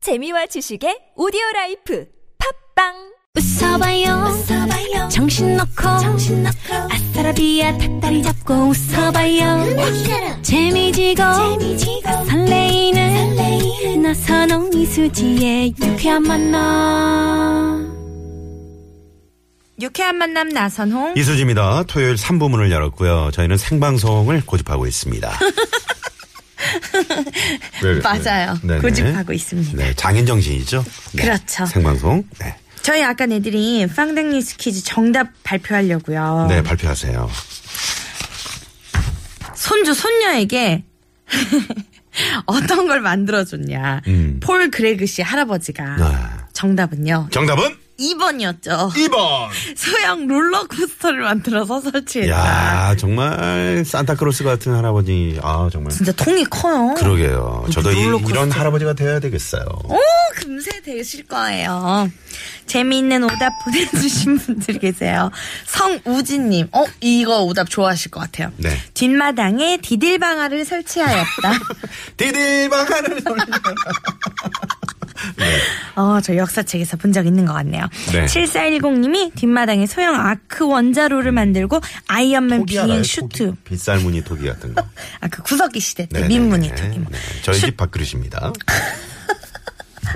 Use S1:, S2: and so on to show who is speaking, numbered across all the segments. S1: 재미와 지식의 오디오 라이프 팝빵
S2: 웃어봐요. 웃어봐요. 정신 놓고. 아싸라비아 닭다리 잡고 웃어봐요. 재미지고. 설레이는. 나선홍 이수지의 유쾌한 만남.
S3: 유쾌한 만남 나선홍.
S4: 이수지입니다. 네, 토요일 3부문을 열었고요. 저희는 생방송을 고집하고 있습니다. 네, 네.
S3: 맞아요.
S4: 네네.
S3: 고집하고 있습니다.
S4: 네, 장인정신이죠. 네.
S3: 그렇죠.
S4: 생방송. 네.
S3: 저희 아까 내드린 빵댕리스 퀴즈 정답 발표하려고요.
S4: 네, 발표하세요.
S3: 손주 손녀에게 어떤 걸 만들어줬냐.
S4: 음.
S3: 폴 그레그 씨 할아버지가
S4: 네.
S3: 정답은요.
S4: 정답은
S3: 2번이었죠.
S4: 2번.
S3: 소형 롤러코스터를 만들어서 설치했다.
S4: 야 정말 산타크로스 같은 할아버지. 아, 정말.
S3: 진짜 통이 커요.
S4: 그러게요. 저도 이,
S3: 롤러코스터.
S4: 런 할아버지가 되어야 되겠어요.
S3: 오, 금세 되실 거예요. 재미있는 오답 보내주신 분들 계세요. 성우진님. 어, 이거 오답 좋아하실 것 같아요.
S4: 네.
S3: 뒷마당에 디딜방아를 설치하였다.
S4: 디딜방아를 돌려. 네.
S3: 어, 저 역사책에서 본 적 있는 것 같네요.
S4: 네.
S3: 7410님이 뒷마당에 소형 아크 원자로를
S4: 음.
S3: 만들고 아이언맨
S4: 토기
S3: 비행
S4: 알아요? 토기?
S3: 슈트.
S4: 빗살 무늬 토기 같은 거.
S3: 아, 그 구석기 시대 때
S4: 네네네.
S3: 민무늬 토기. 뭐.
S4: 네. 저희 집 밥그릇입니다.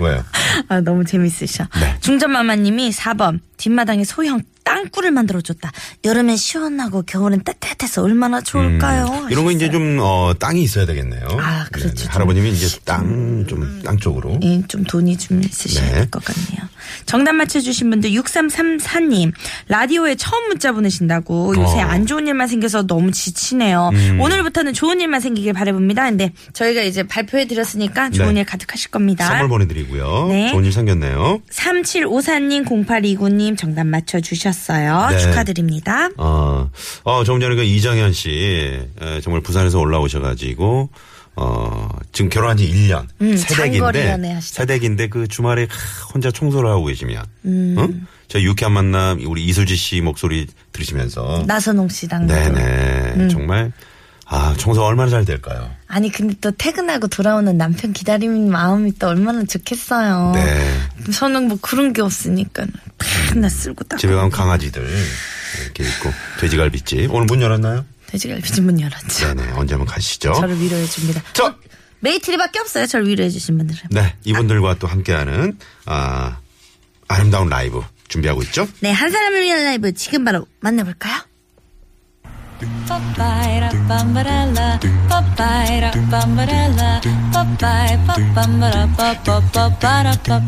S4: 왜요?
S3: 아, 너무 재밌으셔.
S4: 네.
S3: 중전마마님이 4번 뒷마당에 소형 땅굴을 만들어줬다. 여름엔 시원하고 겨울엔 따뜻해서 얼마나 좋을까요?
S4: 음, 이런 거 이제
S3: 하셨어요.
S4: 좀 어, 땅이 있어야 되겠네요.
S3: 아, 그렇죠.
S4: 네네.
S3: 좀-
S4: 할아버님이 이제 땅 좀 땅 쪽으로.
S3: 예, 좀 돈이 좀 있으셔야
S4: 네.
S3: 될 것 같네요. 정답 맞춰주신 분들 6334님 라디오에 처음 문자 보내신다고 요새
S4: 어. 음.
S3: 안 좋은 일만 생겨서 너무 지치네요. 오늘부터는 좋은 일만 생기길 바라봅니다. 근데 저희가 이제 발표해드렸으니까 좋은
S4: 네.
S3: 일 가득하실 겁니다.
S4: 선물 뭐- 보내드리고요.
S3: 네.
S4: 좋은 일 생겼네요.
S3: 3754님 0829님 정답 맞춰주셨어요.
S4: 네.
S3: 축하드립니다.
S4: 어, 어, 조금 전에 그 이정현 씨, 에, 정말 부산에서 올라오셔가지고, 어, 지금 결혼한 지 1년.
S3: 음, 장거리 연애하시잖아요.
S4: 새댁인데, 새댁인데 그 주말에 하, 혼자 청소를 하고 계시면,
S3: 음.
S4: 응? 저희 유쾌한 만남, 우리 이수지 씨 목소리 들으시면서.
S3: 나선홍 씨 당도.
S4: 음. 네네. 정말, 아, 청소가 얼마나 잘 될까요?
S3: 아니 근데 또 퇴근하고 돌아오는 남편 기다리는 마음이 또 얼마나 좋겠어요.
S4: 네.
S3: 저는 뭐 그런 게 없으니까 맨날 쓸고 닦고
S4: 집에 가면 강아지들 이렇게 있고 돼지갈비집 오늘 문 열었나요?
S3: 돼지갈비 집문 열었죠.
S4: 네네 어? 언제 한번 가시죠.
S3: 저를 위로해 줍니다.
S4: 자,
S3: 메이트리밖에 없어요. 저를 위로해 주신 분들은.
S4: 네 이분들과 또 함께하는 아 아름다운 라이브 준비하고 있죠.
S3: 네, 한 사람을 위한 라이브 지금 바로 만나볼까요?
S5: Papayra, bambarella, papayra, bambarella, papay, papambara, papapapara, pap.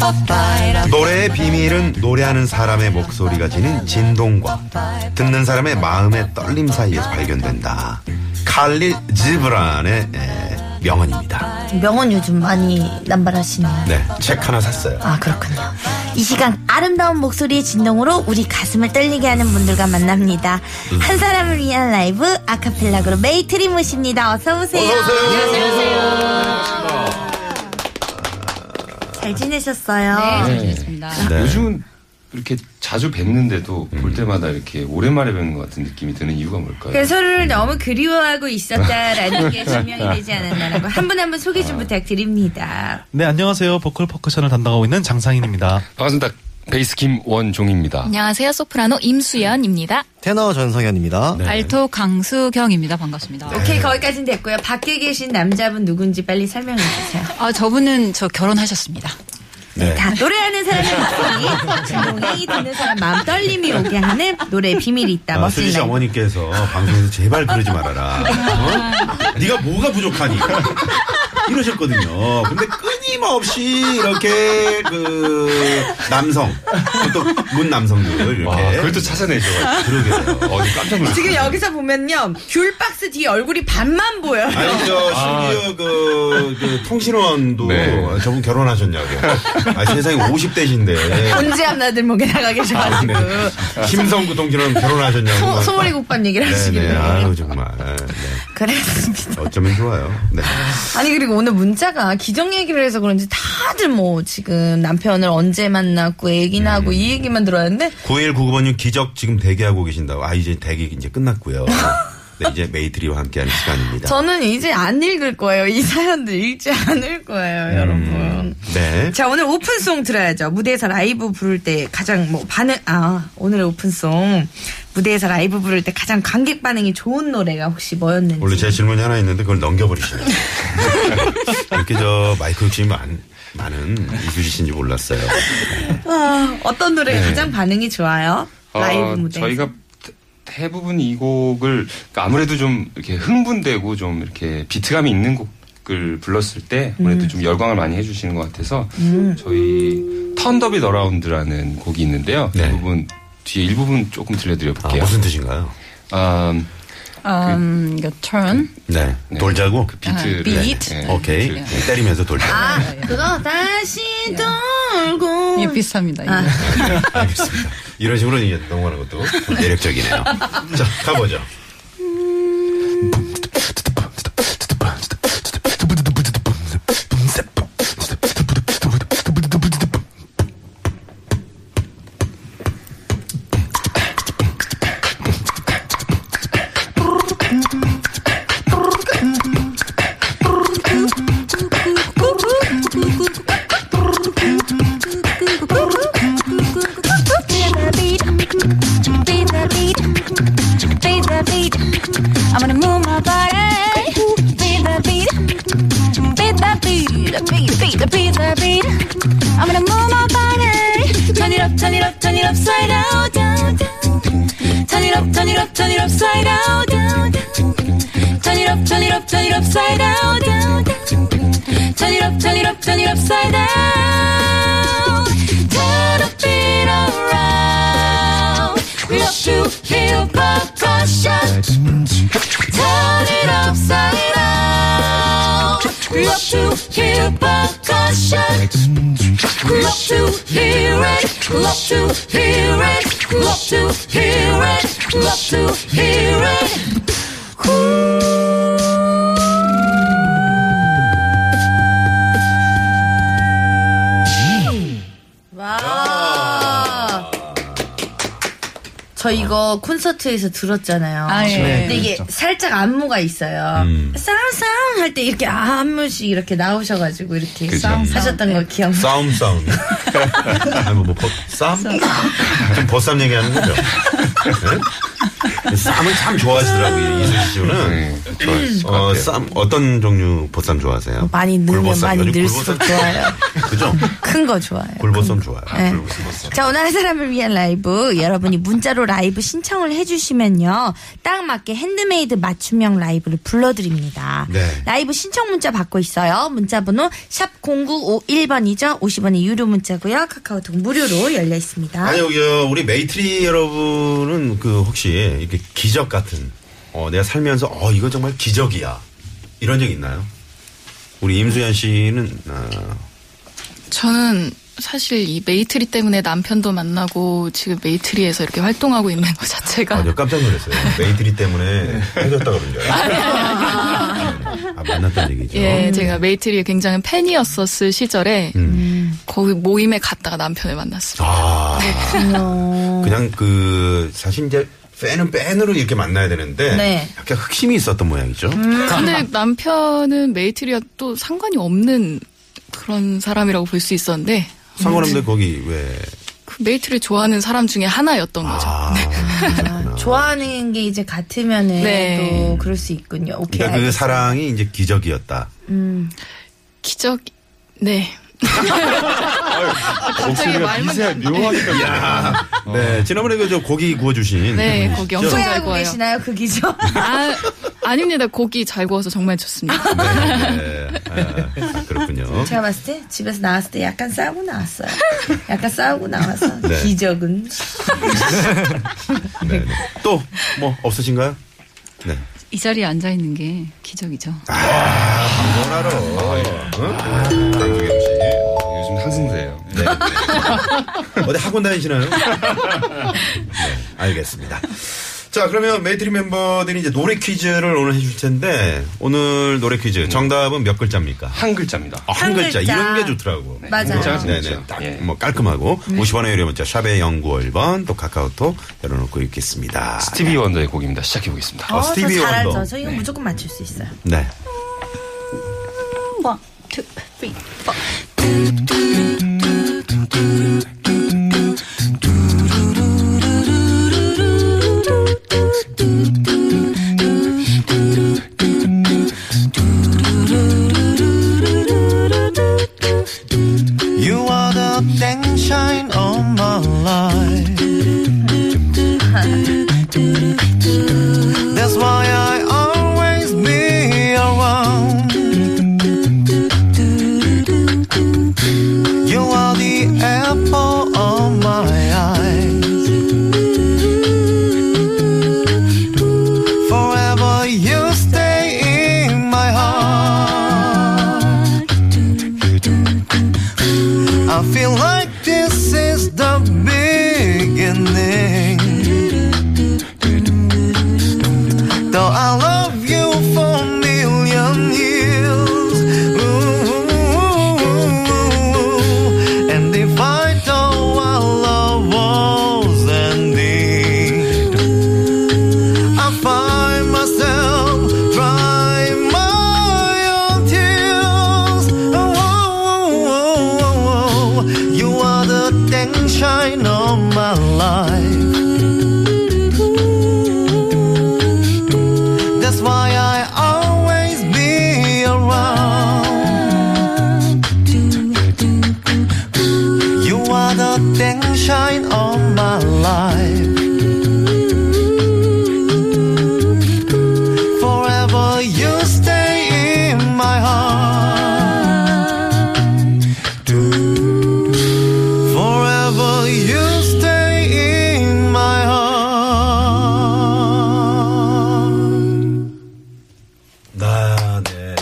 S5: Papayra,
S4: 노래의 비밀은 노래하는 사람의 목소리가 지닌 진동과 듣는 사람의 마음의 떨림 사이에서 발견된다. 칼릴 지브란의 에, 명언입니다.
S3: 명언 요즘 많이 남발하시네요.
S4: 네 책 하나 샀어요.
S3: 아 그렇군요. 이 시간 아름다운 목소리의 진동으로 우리 가슴을 떨리게 하는 분들과 만납니다. 한 사람을 위한 라이브 아카펠라 그룹 메이트리 모십니다. 어서 오세요. 잘 지내셨어요?
S6: 아, 네.
S4: 네.
S6: 요즘은 이렇게 자주 뵙는데도 볼 때마다 이렇게 오랜만에 뵙는 것 같은 느낌이 드는 이유가 뭘까요?
S3: 그 서로를 너무 그리워하고 있었다라는 게 증명이 되지 않았나라고 한 분 한 분 소개 좀 부탁드립니다.
S7: 네, 안녕하세요. 보컬 퍼커션을 담당하고 있는 장상인입니다.
S6: 반갑습니다. 베이스 김원종입니다.
S3: 네.
S8: 안녕하세요. 소프라노 임수연입니다.
S9: 테너 전성현입니다.
S8: 알토 강수경입니다. 반갑습니다.
S3: 오케이 거기까지는 됐고요. 밖에 계신 남자분 누군지 빨리 설명해 주세요.
S8: 아, 저분은 저 결혼하셨습니다.
S3: 네, 다 노래하는 사람의 목소리, 진동이 듣는 사람 마음 떨림이 오게 하는 노래 비밀이 있다.
S4: 아,
S3: 멋진
S4: 수지 씨
S3: 라이브.
S4: 어머니께서 방송에서 제발 그러지 말아라. 어? 네가 뭐가 부족하니? 이러셨거든요. 근데 끊임없이 이렇게 그 남성 또 문 남성들 이렇게
S6: 와, 아, 그걸 또 찾아내셔가지고.
S4: 그러게요.
S6: 어, 깜짝 놀랐어요.
S3: 지금 여기서 보면요. 귤박스 뒤에 얼굴이 반만 보여요.
S4: 아니 저 심지어 그, 그 통신원도
S6: 네.
S4: 저분 결혼하셨냐고. 아 세상에 50대신데
S3: 본지암 나들 목에 나가 계셔가지고.
S4: 아, 심성구 통신원 결혼하셨냐고.
S3: 소, 소머리 국밥 얘기를
S4: 네. 네네.
S3: 하시길래.
S4: 아유 정말. 네.
S3: 그랬습니다.
S4: 어쩌면 좋아요. 네.
S3: 아니 그리고 오늘 문자가 기정 얘기를 해서 그런지 다들 뭐 지금 남편을 언제 만났고 애기 낳고
S4: 음.
S3: 이 얘기만 들어왔는데
S4: 9199번님 기적 지금 대기하고 계신다고. 아, 이제 대기 이제 끝났고요. 네, 이제 메이트리와 함께하는 시간입니다. 음.
S3: 저는 이제 안 읽을 거예요. 이 사연들 읽지 않을 거예요, 여러분.
S4: 네.
S3: 자 오늘 오픈송 들어야죠. 무대에서 라이브 부를 때 가장 뭐 반응 아 오늘의 오픈송 무대에서 라이브 부를 때 가장 관객 반응이 좋은 노래가 혹시 뭐였는지.
S4: 원래 제 질문이 하나 있는데 그걸 넘겨버리시네요. 이렇게 저 마이크 욕심이 많, 많은 이수지신지 몰랐어요.
S3: 아, 어떤 노래가
S6: 네.
S3: 가장 반응이 좋아요? 라이브
S6: 어,
S3: 무대.
S6: 저희가 대- 대부분 이 곡을 그러니까 아무래도 좀 이렇게 흥분되고 좀 이렇게 비트감이 있는 곡을 불렀을 때
S3: 음.
S6: 아무래도 좀 열광을 많이 해주시는 것 같아서 저희 턴더비 더라운드라는 곡이 있는데요.
S4: 네.
S6: 이 부분 뒤에 일부분 조금
S4: 아,
S6: 들려드려볼게요.
S4: 무슨 뜻인가요?
S6: 아,
S10: 음, 이거 turn.
S4: 네.
S6: 네.
S4: 돌자고?
S3: 그
S6: 비트.
S3: 네.
S4: 아,
S10: 비트.
S6: 네,
S4: 오케이. 네, 때리면서 돌자고.
S3: 아 그거 다시 돌고.
S10: 이게 비슷합니다. 이거.
S4: 알겠습니다. 이런 식으로 이제 넘어가는 것도 좀 매력적이네요. 자, 가보죠.
S3: 와. 저 이거 콘서트에서 들었잖아요.
S10: 아, 예.
S3: 근데 이게 살짝 안무가 있어요.
S6: 음.
S3: 쌍쌍 할 때 이렇게 안무씩 이렇게 나오셔가지고 이렇게
S6: 그죠.
S3: 하셨던 거 기억나.
S4: 싸움, 싸움. 아니, 뭐, 뭐, 보쌈? 지금 보쌈 얘기하는 거죠? 네? 쌈을 참 좋아하시더라고요, 이수지 씨는.
S6: 네, 좋아했을 것
S4: 어,
S6: 같아요.
S4: 쌈, 어떤 종류 보쌈 좋아하세요?
S3: 많이 늘면
S4: 굴보쌈.
S3: 많이
S4: 요즘
S3: 늘수록
S4: 굴보쌈
S3: 좋아요.
S4: 그죠?
S3: 큰 거 좋아요.
S4: 굴보쌈 좋아요.
S3: 네. 자, 오늘 한 사람을 위한 라이브. 여러분이 문자로 라이브 신청을 해주시면요. 딱 맞게 핸드메이드 맞춤형 라이브를 불러드립니다.
S4: 네.
S3: 라이브 신청 문자 받고 있어요. 문자번호 샵0951번이죠. 50원의 유료 문자고요. 카카오톡 무료로 열려 있습니다.
S4: 아니, 여기, 어, 우리 메이트리 여러분은 그 혹시 이렇게 기적 같은, 어, 내가 살면서, 어, 이거 정말 기적이야. 이런 적 있나요? 우리 임수연 씨는, 어,
S5: 저는 사실 이 메이트리 때문에 남편도 만나고 지금 메이트리에서 이렇게 활동하고 있는 것 자체가
S4: 아, 저 깜짝 놀랐어요. 메이트리 때문에 헤어졌다 그런 줄 알았어요. 아, 만났다는 얘기죠.
S5: 예 제가 메이트리의 굉장히 팬이었었을 시절에
S4: 음.
S5: 거기 모임에 갔다가 남편을 만났습니다.
S4: 아, 그냥 그, 사실 이제 팬은 팬으로 이렇게 만나야 되는데,
S3: 네.
S4: 약간 흑심이 있었던 모양이죠.
S5: 근데 남편은 메이트리와 또 상관이 없는 그런 사람이라고 볼 수 있었는데
S4: 상관없는데 거기 왜,
S5: 그 메이트리 좋아하는 사람 중에 하나였던 거죠.
S4: 아, 그러셨구나.
S3: 좋아하는 게 이제 같으면은
S5: 네.
S3: 또 그럴 수 있군요. 오케이.
S4: 그러니까 그
S3: 알겠습니다.
S4: 사랑이 이제 기적이었다.
S5: 기적 네 갑자기
S6: 목소리가
S5: 말만
S6: 아, 미세 묘하니까
S4: 야, 네. 지난번에 그 저 고기 구워주신.
S5: 네,
S4: 분이시죠?
S5: 고기 엄청 잘
S3: 후회하고
S5: 구워요.
S3: 계시나요? 그 기죠?
S5: 아 아닙니다 고기 잘 구워서 정말 좋습니다.
S4: 네, 네. 아, 그렇군요.
S3: 제가 봤을 때 집에서 나왔을 때 약간 싸우고 나왔어요. 약간 싸우고 나와서
S4: 네.
S3: 기적은
S4: 네, 네. 또, 뭐, 없으신가요? 네.
S10: 이 자리에 앉아 있는 게 기적이죠.
S4: 어! 뭘 알아. 응? 강동영 씨.
S6: 요즘 상승세예요.
S4: 네. 어디 학원 다니시나요? 네, 알겠습니다. 자, 그러면 메이트리 멤버들이 이제 노래 퀴즈를 오늘 해줄 텐데, 오늘 노래
S6: 음.
S4: 퀴즈 정답은 몇 글자입니까?
S6: 한 글자입니다.
S4: 아, 한
S3: 한
S4: 글자.
S3: 글자.
S4: 이런 게 좋더라고. 음,
S3: 맞아요.
S6: 글자가 재밌죠.
S4: 네네. 딱,
S6: 예.
S4: 뭐, 깔끔하고, 50원의 유료 문자, 샵의 0951번, 또 카카오톡 열어놓고 있겠습니다.
S6: 스티비 원더의 곡입니다. 시작해 보겠습니다.
S4: 어, 스티비
S3: 저 잘
S4: 원더.
S3: 알죠. 저 이거 무조건 맞출 수 있어요.
S4: 네.
S11: One, two, three, four. Do, do,
S12: I feel like this is the beginning. Though I love you for a million years. Ooh, and if I know our love was ending, I find myself drying my own tears. Oh, oh, oh, oh, oh. you are the dang shine of my life. That's why I always be around. You are the dang shine of my life. Forever you stay in my heart. Forever you stay in my heart.
S4: 나, 네.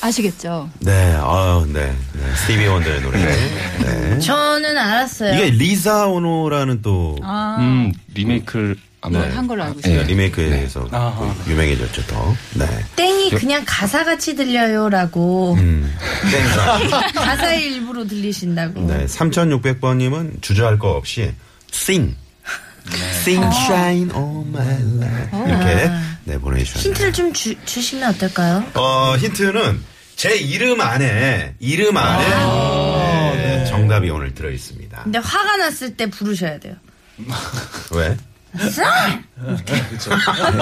S8: 아시겠죠?
S4: 네, 아, 네. 네. 스티비 원더의 노래. 네.
S3: 저는 알았어요.
S4: 이게 리사 오노라는 또
S8: 네. 아.
S6: 음,
S4: 리메이크를 아마
S8: 한 걸로 알고
S6: 네,
S8: 있어요.
S4: 리메이크에서 또 유명해졌죠, 더. 네.
S3: 땡이 그냥 가사 같이 들려요라고
S4: 음.
S3: 가사 일부로 들리신다고.
S4: 네, 3600번님은 주저할 거 없이 sing. sing
S3: 아.
S4: shine on my light. 이렇게 네, 보내주셨네요.
S3: 힌트를 좀 주, 주시면 어떨까요?
S4: 어, 힌트는 제 이름 안에, 이름 안에
S3: 아.
S4: 네, 정답이 오늘 들어있습니다.
S3: 근데 화가 났을 때 부르셔야 돼요.
S4: 왜?
S3: 아!
S7: 약간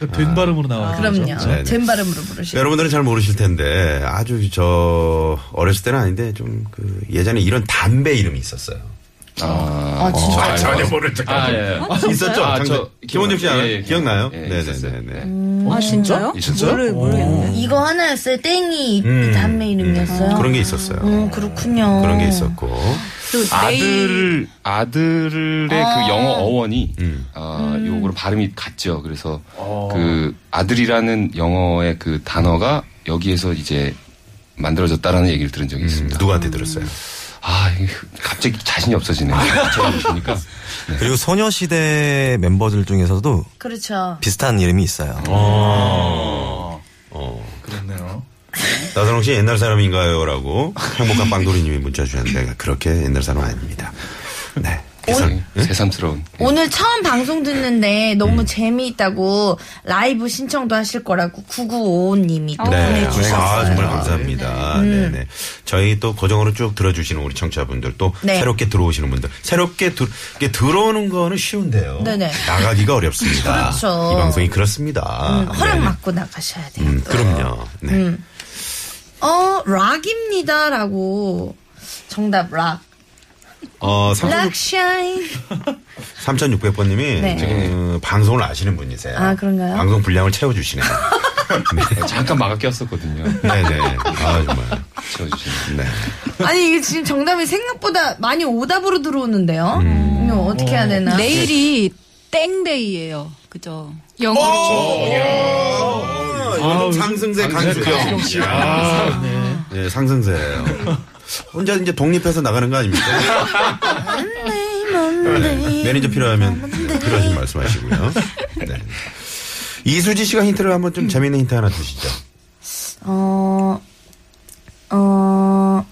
S7: 네. 된 발음으로 나와요.
S3: 아, 그럼요.
S4: 아. 네네.
S3: 된 발음으로 부르시고.
S4: 여러분들은 잘 모르실 텐데 아주 저 어렸을 때는 아닌데 좀 그 예전에 이런 담배 이름이 있었어요.
S6: 아,
S4: 진짜?
S6: 아,
S4: 전혀
S6: 아,
S4: 모를 척.
S6: 아, 예.
S4: 아, 진짜요? 있었죠?
S6: 아,
S4: 장난-
S6: 저
S4: 김원중 씨 알아요?
S6: 예, 예,
S4: 기억나요?
S6: 예,
S4: 네네네.
S6: 있었어요. 네.
S8: 아, 진짜요?
S4: 진짜요?
S8: 모르, 모르겠네.
S3: 이거 하나였어요. 땡이
S4: 음,
S3: 담배 이름이었어요.
S4: 그런 게 있었어요.
S3: 음, 그렇군요.
S4: 그런 게 있었고.
S6: 아들 아들의
S3: 아.
S6: 그 영어 어원이 아, 요거로 발음이 같죠. 그래서 그 아들이라는 영어의 그 단어가 여기에서 이제 만들어졌다라는 얘기를 들은 적이 있습니다.
S4: 음, 누구한테 들었어요?
S3: 음.
S6: 아 이게 갑자기 자신이 없어지네요. 그러니까
S4: 네?
S13: 그리고 소녀시대 멤버들 중에서도
S3: 그렇죠.
S13: 비슷한 이름이 있어요.
S4: 어. 어. 그렇네요. 나선홍 씨 옛날 사람인가요? 라고 행복한 빵돌이님이 문자 주셨는데 그렇게 옛날 사람 아닙니다. 네.
S6: 세상, 새삼스러운
S3: 오늘 처음 방송 듣는데
S4: 음.
S3: 너무 재미있다고 라이브 신청도 하실 거라고 9955님이 또
S4: 네.
S3: 보내주셨어요.
S4: 아, 정말 감사합니다.
S3: 네.
S4: 네. 네 저희 또 고정으로 쭉 들어주시는 우리 청취자분들 또
S3: 네.
S4: 새롭게 들어오시는 분들. 새롭게 들, 이게 들어오는 거는 쉬운데요.
S3: 네네.
S4: 나가기가 어렵습니다.
S3: 그렇죠.
S4: 이 방송이 그렇습니다.
S3: 음, 허락
S4: 네.
S3: 맞고 나가셔야 돼요.
S4: 음, 그럼요. 네.
S3: 음. 어, 락입니다라고 정답 락.
S4: 어, 36,
S3: 락샤인.
S4: 3600번님이
S3: 네.
S4: 방송을 아시는 분이세요.
S3: 아, 그런가요?
S4: 방송 분량을 채워주시네요.
S6: 네, 잠깐 막아 꼈었거든요.
S4: 네네. 아, 정말.
S6: 채워주시네.
S4: 네.
S3: 아니 이게 지금 정답이 생각보다 많이 오답으로 들어오는데요.
S4: 음.
S3: 이거 어떻게 해야 되나?
S8: 내일이 땡데이예요. 그죠? 영어로.
S4: 이거는 상승세 아, 강수. 아, 네, 상승세예요. 혼자 이제 독립해서 나가는 거 아닙니까? 네. 매니저 필요하면 네, 필요하신 말씀하시고요. 네. 이수지 씨가 힌트를 한번 좀 재미있는 힌트 하나 주시죠.
S3: 어, 어,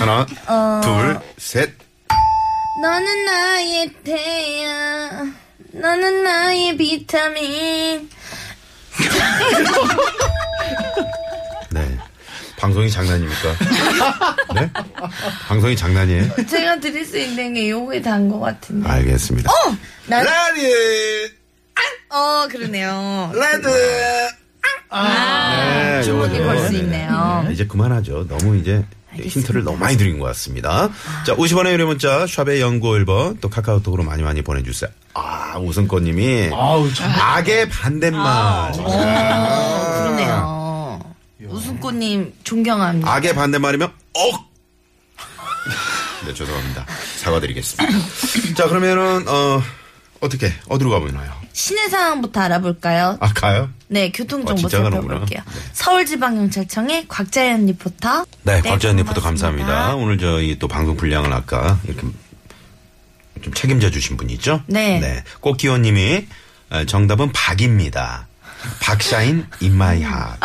S4: 하나,
S3: 어.
S4: 둘, 셋.
S3: 너는 나의 태양, 너는 나의 비타민.
S4: 네. 방송이 장난입니까? 네? 방송이 장난이에요?
S3: 제가 드릴 수 있는 게 요거에 단 것 같은데.
S4: 알겠습니다.
S3: 어, 난,
S4: 라리!
S3: 어, 그러네요.
S4: 레드! 네, 음.
S3: 주먹이
S4: 요거죠.
S3: 걸 수
S4: 네네. 아,
S3: 있네요.
S4: 이제 그만하죠. 너무 이제 힌트를 너무 많이 드린 것 같습니다. 자, 50원의 유료 문자, 샵의 연구 1번, 또 카카오톡으로 많이 많이 보내주세요. 아, 우승권님이. 악의 반대말.
S3: 아, 어, 그러네요. 우승꽃님 존경합니다.
S4: 악의 반대말이면 억. 네 죄송합니다. 사과드리겠습니다. 자 그러면은 어 어떻게 어디로 가보나요?
S3: 시내 상황부터 알아볼까요?
S4: 아 가요?
S3: 네, 교통
S4: 어,
S3: 정보
S4: 진짜 가는구나.
S3: 살펴볼게요. 서울지방경찰청의 곽자연 리포터.
S4: 네, 곽재현 리포터 감사합니다. 오늘 저희 또 방송 분량을 아까 이렇게 좀 책임져 주신 분 있죠?
S3: 네.
S4: 꽃기호님이 어, 정답은 박입니다. 박샤인 인마이하.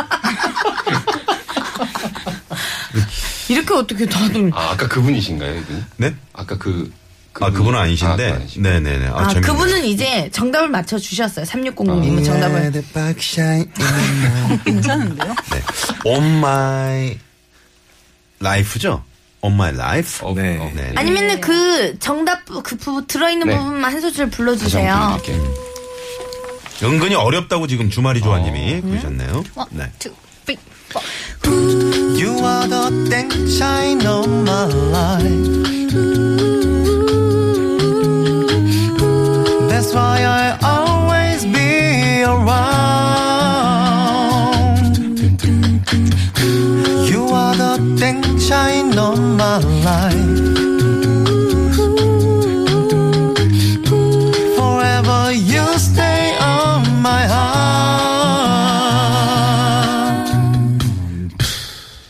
S9: 이렇게 어떻게 다들
S6: 아, 아까 그분이신가요, 이분?
S4: 네?
S6: 아까 그,
S4: 아 그분은 아니신데. 네네네. 아,
S3: 아,
S4: 재밌네요.
S3: 그분은 이제 정답을 맞춰주셨어요.
S4: 네.
S3: 3600님은 정답을.
S8: 괜찮은데요?
S4: 네. On my life죠? On my life? 네.
S6: 어,
S4: 네.
S3: 아니면은 그 정답 그 부분 들어있는
S4: 네.
S3: 부분만 한 소절 불러주세요.
S4: 음. 은근히 어렵다고 지금 주말이 조아님이 그러셨네요.
S3: 어.
S4: 네.
S12: You are the thing shine of my life. That's why I always be around. You are the thing shine of my life. Forever you stay on my heart.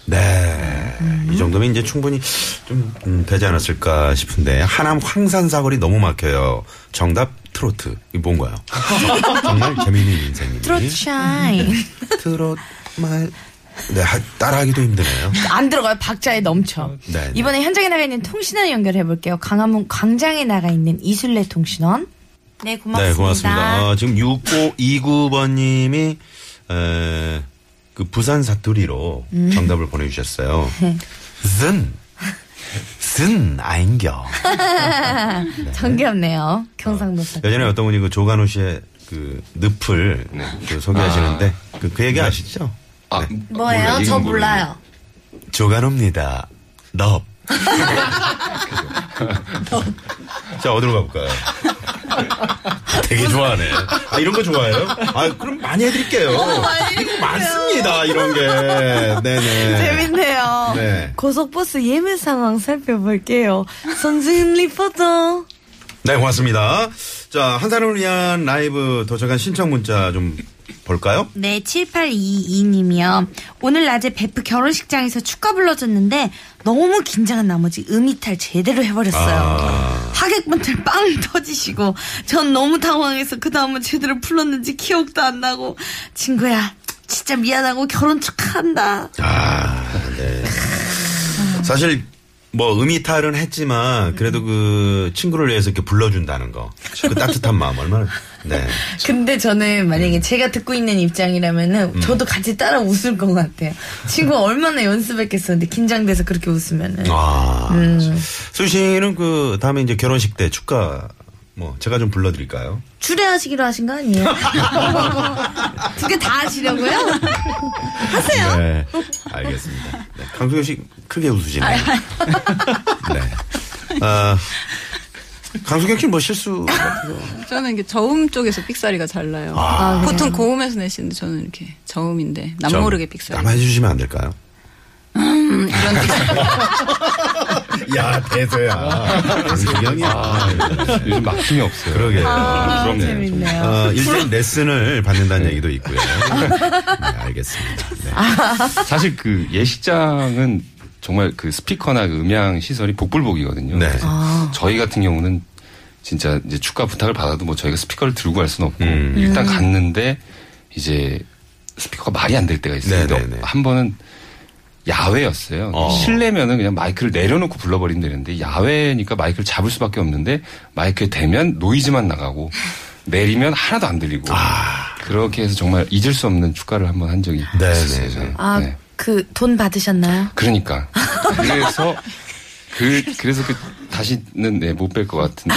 S4: 네. 이 정도면 이제 충분히 좀 음, 되지 않았을까 싶은데 하남 황산 사거리 너무 막혀요. 정답 트로트. 이게 뭔가요? 정말 재미있는 인생이니.
S3: 트로트 샤인.
S4: 트롯 말. 네, 하- 따라하기도 힘드네요.
S3: 안 들어가요. 박자에 넘쳐.
S4: 네, 네.
S3: 이번에 현장에 나가 있는 통신원 연결해 볼게요. 강화문 광장에 나가 있는 이순례 통신원. 네, 고맙습니다.
S4: 네, 고맙습니다. 어, 지금 6529번님이 에, 그 부산 사투리로
S3: 음. 네.
S4: 정답을 보내주셨어요. 쓴, 쓴 아인겨.
S3: 네. 정겹네요. 경상도 사투리.
S4: 예전에 어떤 분이 그 조간호 씨의 그 늪을 그 소개하시는데 그, 그 얘기 아시죠?
S3: 뭐예요? 저 몰라요.
S4: 조간호입니다. 넙. 자 어디로 가볼까요? 되게 좋아하네. 아 이런 거 좋아해요? 아 그럼 많이 해드릴게요.
S3: 어, 많이
S4: 이거 많습니다 이런 게. 네네.
S3: 재밌네요.
S4: 네.
S3: 고속버스 예매 상황 살펴볼게요. 선진 리포터.
S4: 네, 고맙습니다. 자, 한 사람을 위한 라이브 도착한 신청 문자 좀 볼까요?
S3: 네, 7822님이요. 오늘 낮에 베프 결혼식장에서 축가 불러줬는데 너무 긴장한 나머지 음이탈 제대로 해버렸어요.
S4: 아.
S3: 하객분들 빵 터지시고 전 너무 당황해서 그 다음은 제대로 풀었는지 기억도 안 나고 친구야 진짜 미안하고 결혼 축하한다.
S4: 네. 사실 뭐 음이탈은 했지만 그래도 그 친구를 위해서 이렇게 불러준다는 거. 그 따뜻한 마음 얼마나. 네.
S3: 근데 저는 만약에 제가 듣고 있는
S4: 음.
S3: 입장이라면은 저도 같이 따라 웃을 것 같아요. 친구가 얼마나 연습했겠었는데 긴장돼서 그렇게 웃으면은.
S4: 아.
S3: 음.
S4: 수희 씨는 그 다음에 이제 결혼식 때 축가 뭐 제가 좀 불러드릴까요?
S3: 출애하시기로 하신 거 아니에요? 두 개 다 하시려고요? 하세요.
S4: 네. 알겠습니다. 네. 강수경 씨 크게 웃으시네요. 네. 아, 강수경 씨는 뭐 실수 같은 거.
S14: 저는 이게 저음 쪽에서 삑사리가 잘 나요.
S4: 아,
S14: 보통 고음에서 내시는데 저는 이렇게 저음인데 남
S4: 좀
S14: 모르게 삑사리.
S4: 남아 해주시면 안 될까요?
S14: 음, 이런
S4: 야, 대세야. 강수경이야.
S6: 요즘 막힘이 없어요.
S4: 그러게.
S6: 아,
S4: 요
S6: 부럽네요, 재밌네요. 정말.
S4: 어, 일단 레슨을 받는다는 얘기도 있고요. 네, 알겠습니다.
S14: 아.
S6: 사실 그 예식장은 정말 그 스피커나 그 음향 시설이 복불복이거든요. 그래서
S15: 아.
S6: 저희 같은 경우는 진짜 이제 축가 부탁을 받아도 뭐 저희가 스피커를 들고 갈 수는 없고
S15: 음.
S6: 일단
S15: 음.
S6: 갔는데 이제 스피커가 말이 안 될 때가 있어요. 근데 한 번은 네, 야외였어요. 실내면은 그냥 마이크를 내려놓고 불러버리면 되는데 야외니까 마이크를 잡을 수밖에 없는데 마이크에 대면 노이즈만 나가고 내리면 하나도 안 들리고 그렇게 해서 정말 잊을 수 없는 축가를 한 번 한 적이 있었어요. 저는.
S3: 아,
S6: 네.
S3: 그 돈 받으셨나요?
S6: 그러니까 그래서 그 그래서 그 다시는 네, 못 뵐 것 같은데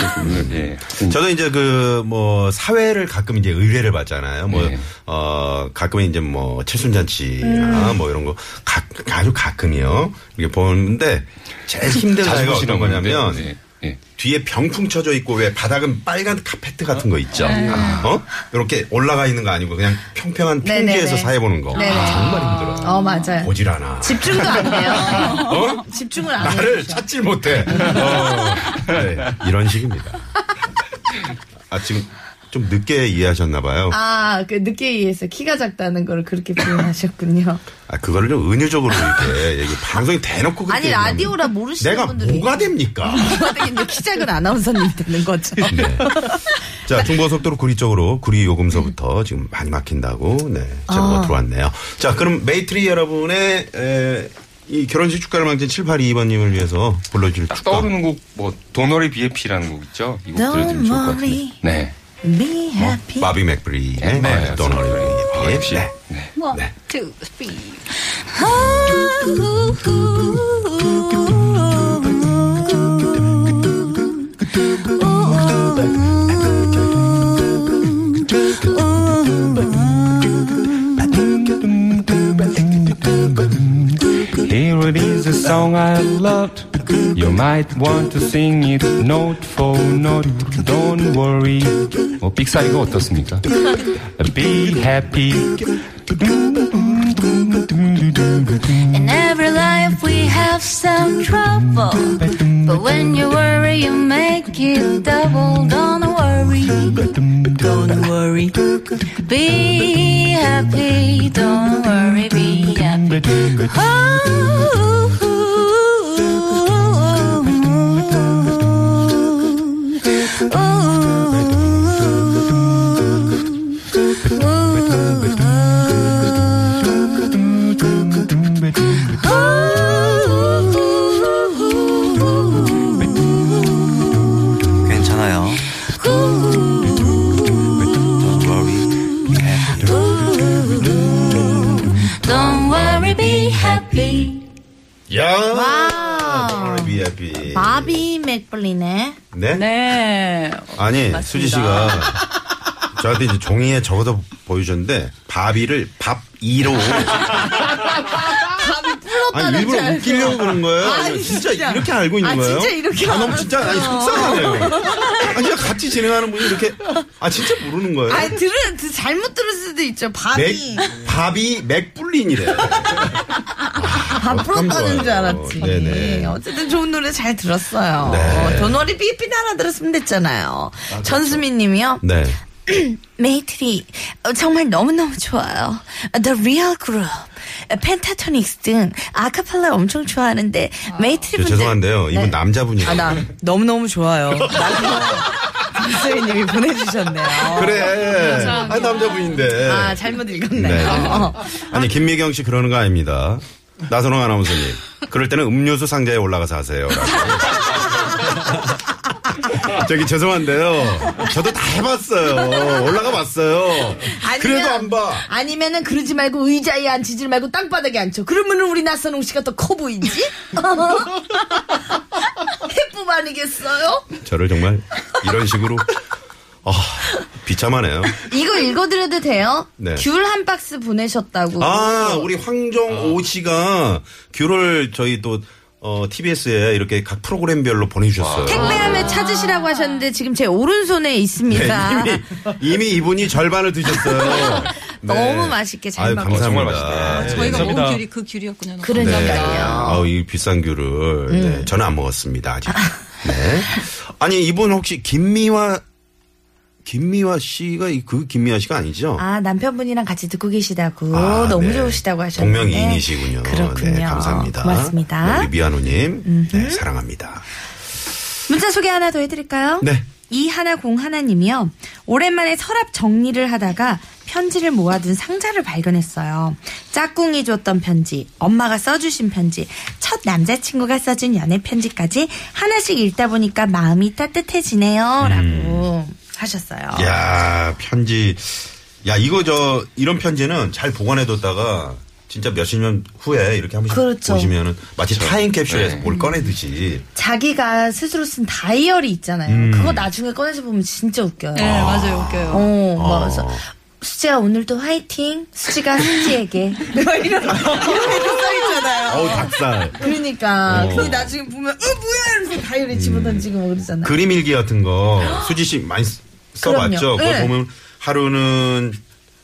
S6: 그분을 예.
S4: 저도 이제 그 뭐 사회를 가끔 이제 의뢰를 받잖아요. 뭐
S14: 네.
S4: 어, 가끔 이제 뭐 칠순잔치나
S6: 음.
S4: 뭐 이런 거 가, 아주 가끔이요. 이렇게 보는데 제일 힘든
S6: 자주 네.
S4: 사회가
S6: 보시는
S4: 어떤 거냐면
S6: 건데,
S4: 뒤에 병풍 쳐져 있고 왜 바닥은 빨간 카페트 같은 거 있죠.
S6: 네.
S4: 어? 이렇게 올라가 있는 거 아니고 그냥 평평한
S3: 네네네.
S4: 평지에서 사회 보는 거.
S3: 네네.
S4: 아, 정말 힘들어.
S3: 어, 맞아요.
S4: 보질 않아.
S3: 집중도 안 돼요.
S4: 어?
S3: 집중을 안 해요.
S4: 나를 찾질 못해. 어. 네, 이런 식입니다. 아, 지금 좀 늦게 이해하셨나봐요.
S3: 아, 그 늦게 이해해서 키가 작다는 걸 그렇게 표현하셨군요.
S4: 아, 그거를 좀 은유적으로 이렇게 얘기, 방송에 대놓고 그렇게
S3: 아니,
S4: 얘기하면
S3: 라디오라 모르시는
S4: 내가
S3: 분들이
S4: 뭐가 됩니까?
S3: 뭐가 되겠냐. 키 작은 아나운서님 되는 거죠.
S4: 자, 중부고속도로 구리 쪽으로 구리 요금서부터 지금 많이 막힌다고 네 제보가
S3: 아.
S4: 들어왔네요. 자, 그럼 메이트리 여러분의 에, 이 결혼식 축가를 망친 7822번님을 위해서 불러줄 축가.
S6: 떠오르는 곡, 뭐, 도너리 BFP라는 곡 있죠? 이 곡 들려드리면 좋을 것 같은데. 네.
S3: Be happy.
S4: 바비 맥브리의
S6: 네, 맞아요.
S4: 도널리
S6: 아, 역시.
S4: 네.
S2: One, two, three.
S6: Here it is a song I loved. You might want to sing it note for note. Don't worry. Oh, 뭐 빅사이가 어떻습니까? Be happy.
S2: In every life we have some trouble. But when you worry, you make it double. Don't worry. Don't worry. Be happy. Don't worry. Be happy. Oh.
S12: 괜찮아요. Don't worry.
S2: Don't worry. Be happy.
S4: 야,
S3: 와우.
S4: 도널리 비아비.
S3: 바비 맥블리네.
S4: 네?
S3: 네.
S4: 아니 수지 씨가 저한테 이제 종이에 적어서 보여줬는데 바비를 밥 2로
S3: 밥이 불었다는
S4: 아니 일부러
S3: 줄 알고.
S4: 웃기려고 그런 거예요? 아니, 진짜, 이렇게 알고 있는
S3: 아,
S4: 거예요?
S3: 진짜 이렇게
S4: 아, 너무
S3: 알았어요.
S4: 진짜 아니 속상하네요. 아니 그냥 같이 진행하는 분이 이렇게 아 진짜 모르는 거예요?
S3: 아니, 들은, 들- 잘못 들을 수도 있죠. 밥이.
S4: 맥, 밥이 맥불린이래.
S3: 밥 불었다는 줄 알았지.
S4: 어, 네네.
S3: 어쨌든 좋은 노래 잘 들었어요.
S4: 네. 그렇죠.
S3: 도널이 삐삐 하나 들었으면 됐잖아요. 전수민 님이요.
S4: 네.
S16: 메이트리 어, 정말 너무너무 좋아요.
S3: 어,
S16: The Real Group, 펜타토닉스 등 아카펠라 엄청 좋아하는데 메이트리
S4: 저
S16: 분들
S4: 죄송한데요. 이분
S16: 네.
S4: 남자분이에요.
S3: 아, 나 너무너무 좋아요. 전수민 님이 보내주셨네요.
S4: 그래. 아 남자분인데.
S3: 아, 잘못 읽었네요. 어.
S4: 아니 김미경 씨 그러는 거 아닙니다. 나선홍 아나운서님. 그럴 때는 음료수 상자에 올라가서 하세요. 라고. 저기 죄송한데요. 저도 다 해봤어요. 올라가 봤어요. 그래도 안 봐.
S3: 아니면은 그러지 말고 의자에 앉히지 말고 땅바닥에 앉혀. 그러면은 우리 낯선홍 씨가 더 커 보이지? 해뿐 아니겠어요?
S4: 저를 정말 이런 식으로 아 비참하네요.
S3: 이거 읽어드려도 돼요?
S4: 네.
S3: 귤 한 박스 보내셨다고.
S4: 아 우리 황정오 씨가 귤을 저희 또 어, TBS에 이렇게 각 프로그램별로 보내주셨어요.
S3: 택배함에 찾으시라고 하셨는데 지금 제 오른손에 있습니다.
S4: 네, 이미, 이미 이분이 절반을 드셨어요. 네.
S3: 너무 맛있게 잘
S4: 아유,
S3: 먹었어요.
S4: 감사합니다.
S6: 정말 맛있네요.
S4: 아,
S17: 저희가
S4: 감사합니다.
S17: 먹은 귤이 그 귤이었군요.
S4: 네. 아우, 이 비싼 귤을.
S3: 음.
S4: 네, 저는 안 먹었습니다, 아직. 네. 아니, 이분 혹시 김미화, 김미화 씨가, 이- 그 김미화 씨가 아니죠?
S3: 아 남편분이랑 같이 듣고 계시다고
S4: 아,
S3: 너무
S4: 네.
S3: 좋으시다고 하셨는데
S4: 동명이인이시군요.
S3: 그렇군요.
S4: 네, 감사합니다.
S3: 고맙습니다.
S4: 네, 우리 미아노님, 네, 사랑합니다.
S3: 문자 소개 하나 더 해드릴까요?
S4: 네.
S3: 이하나공 하나님이요. 오랜만에 서랍 정리를 하다가 편지를 모아둔 상자를 발견했어요. 짝꿍이 줬던 편지, 엄마가 써주신 편지, 첫 남자친구가 써준 연애 편지까지 하나씩 읽다 보니까 마음이 따뜻해지네요.
S4: 음.
S3: 라고 하셨어요.
S4: 예,
S3: 아.
S4: 야 편지. 야, 이거 저, 이런 편지는 잘 보관해뒀다가, 진짜 몇십 년 후에 이렇게 한 번씩
S3: 그렇죠.
S4: 보시면은 마치 타임캡슐에서
S6: 네.
S4: 뭘 꺼내듯이
S3: 자기가 스스로 쓴 다이어리 있잖아요.
S4: 음.
S3: 그거 나중에 꺼내서 보면 진짜 웃겨요.
S17: 네, 맞아요. 웃겨요.
S3: 어, 막 그래서 수지야 오늘도 화이팅. 수지가 수지에게 막 이런 이런 애들 써 있잖아요.
S4: 어우 닭살
S3: 그러니까
S4: 어.
S3: 근데 나중에 보면 어 뭐야 이러면서 다이어리 집어던지고 뭐 그러잖아요.
S4: 그림 일기 같은 거 수지 씨 많이 쓰- 써봤죠.
S3: 그럼요.
S4: 그거
S3: 네.
S4: 보면 하루는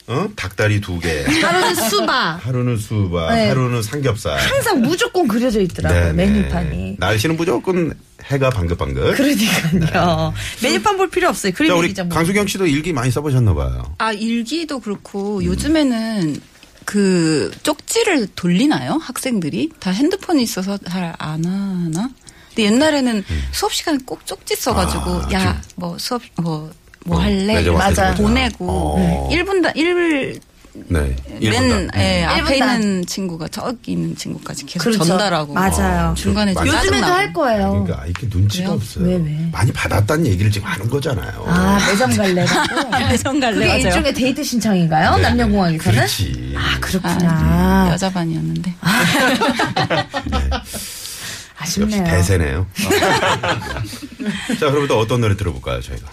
S4: 어? 닭다리 두 개.
S3: 하루는 수박.
S4: 하루는 수박,
S3: 네.
S4: 하루는 삼겹살.
S3: 항상 무조건 그려져
S4: 네,
S3: 있더라고요, 메뉴판이.
S4: 날씨는 무조건 해가 방긋방긋.
S3: 그러니까요. 메뉴판 볼 필요 뭐 없어요.
S4: 네. 자,
S3: 그림
S4: 우리
S3: 일기장.
S4: 강수경 씨도 일기 많이 써보셨나봐요.
S18: 아 일기도 그렇고 요즘에는 그 쪽지를 돌리나요? 학생들이 다 핸드폰이 있어서 잘 안 하나? 근데 옛날에는 수업 시간에 꼭 쪽지 써가지고 야 뭐 수업 뭐 뭐 할래
S4: 맞아, 맞아, 맞아.
S18: 보내고 네.
S4: 어.
S18: 일 1분당 1
S4: 네.
S18: 맨 예, 앞에
S3: 일분당.
S18: 있는 친구가 저기 있는 친구까지 계속
S3: 그렇죠.
S18: 전달하고
S3: 맞아요.
S18: 중간에
S4: 맞아요.
S3: 요즘에도
S18: 짜증나고.
S3: 할 거예요.
S4: 어. 그러니까 이렇게 눈치가 없어요. 많이 받았다는 얘기를 지금 하는 거잖아요.
S3: 아, 매점 갈래. 같고.
S18: 매점 갈래,
S3: 그게
S18: 맞아요.
S3: 일종의 데이트 신청인가요?
S4: 네.
S3: 남녀공학에서는?
S4: 그렇지.
S3: 아, 그렇구나.
S18: 여자반이었는데.
S4: 역시
S3: 아쉽네요.
S4: 대세네요. 자, 그럼 또 어떤 노래 들어볼까요, 저희가?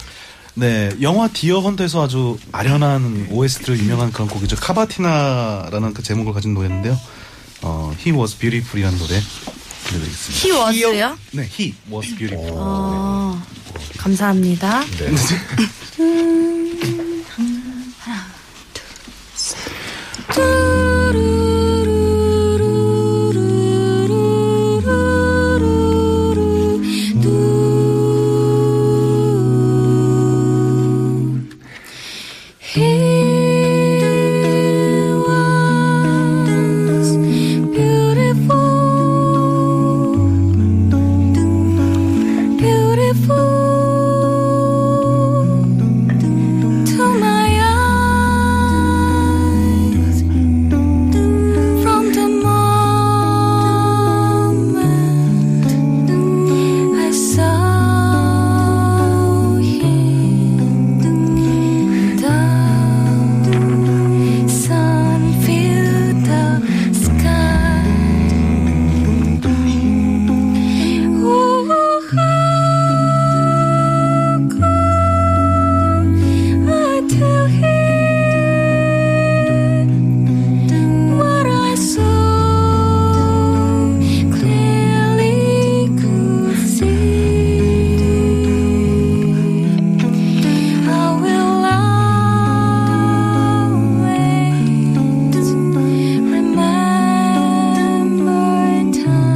S12: 네, 영화 디어 헌터에서 아주 아련한 OST로 유명한 그런 곡이죠. 카바티나라는 그 제목을 가진 노래인데요. 어, He Was Beautiful이라는 노래 들려드리겠습니다.
S3: 히워스요?
S12: 네, He Was Beautiful.
S3: 어, 감사합니다.
S4: 네.
S5: Oh,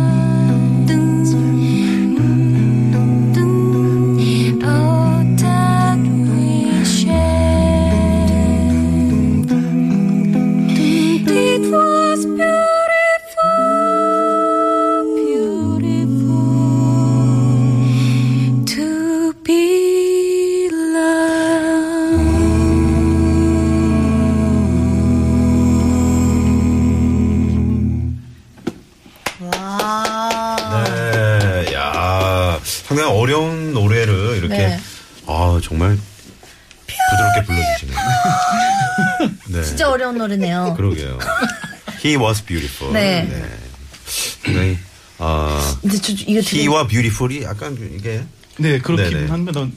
S5: It was beautiful, beautiful to be loved.
S4: 네, 야, 상당히 어려운 노래를 이렇게,
S3: 네.
S4: 아, 정말 부드럽게 불러주시네요. 네.
S3: 진짜 어려운 노래네요.
S4: 그러게요. He was beautiful.
S3: 네.
S4: 굉장히, 아,
S3: 근데 저, 이거 들으
S4: he와 beautiful이 약간 이게.
S12: 네, 그렇긴
S4: 네네.
S12: 한데, 난-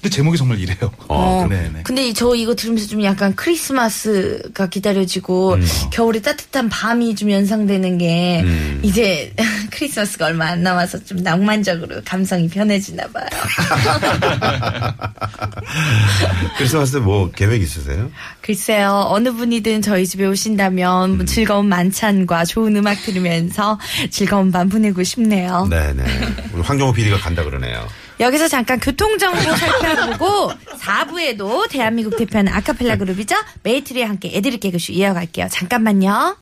S12: 근데 제목이 정말 이래요.
S3: 어,
S12: 네, 네.
S3: 근데 저 이거 들으면서 좀 약간 크리스마스가 기다려지고
S4: 음.
S3: 겨울의 따뜻한 밤이 좀 연상되는 게
S4: 음.
S3: 이제 크리스마스가 얼마 안 남아서 좀 낭만적으로 감성이 변해지나 봐요.
S4: 크리스마스 뭐 계획 있으세요?
S3: 글쎄요, 어느 분이든 저희 집에 오신다면
S4: 음.
S3: 뭐 즐거운 만찬과 좋은 음악 들으면서 즐거운 밤 보내고 싶네요.
S4: 네네. 우리 황정호 PD가 간다 그러네요.
S3: 여기서 잠깐 교통정보 살펴보고 4부에도 대한민국 대표하는 아카펠라 그룹이죠. 메이트리와 함께 애드립 개그쇼 이어갈게요. 잠깐만요.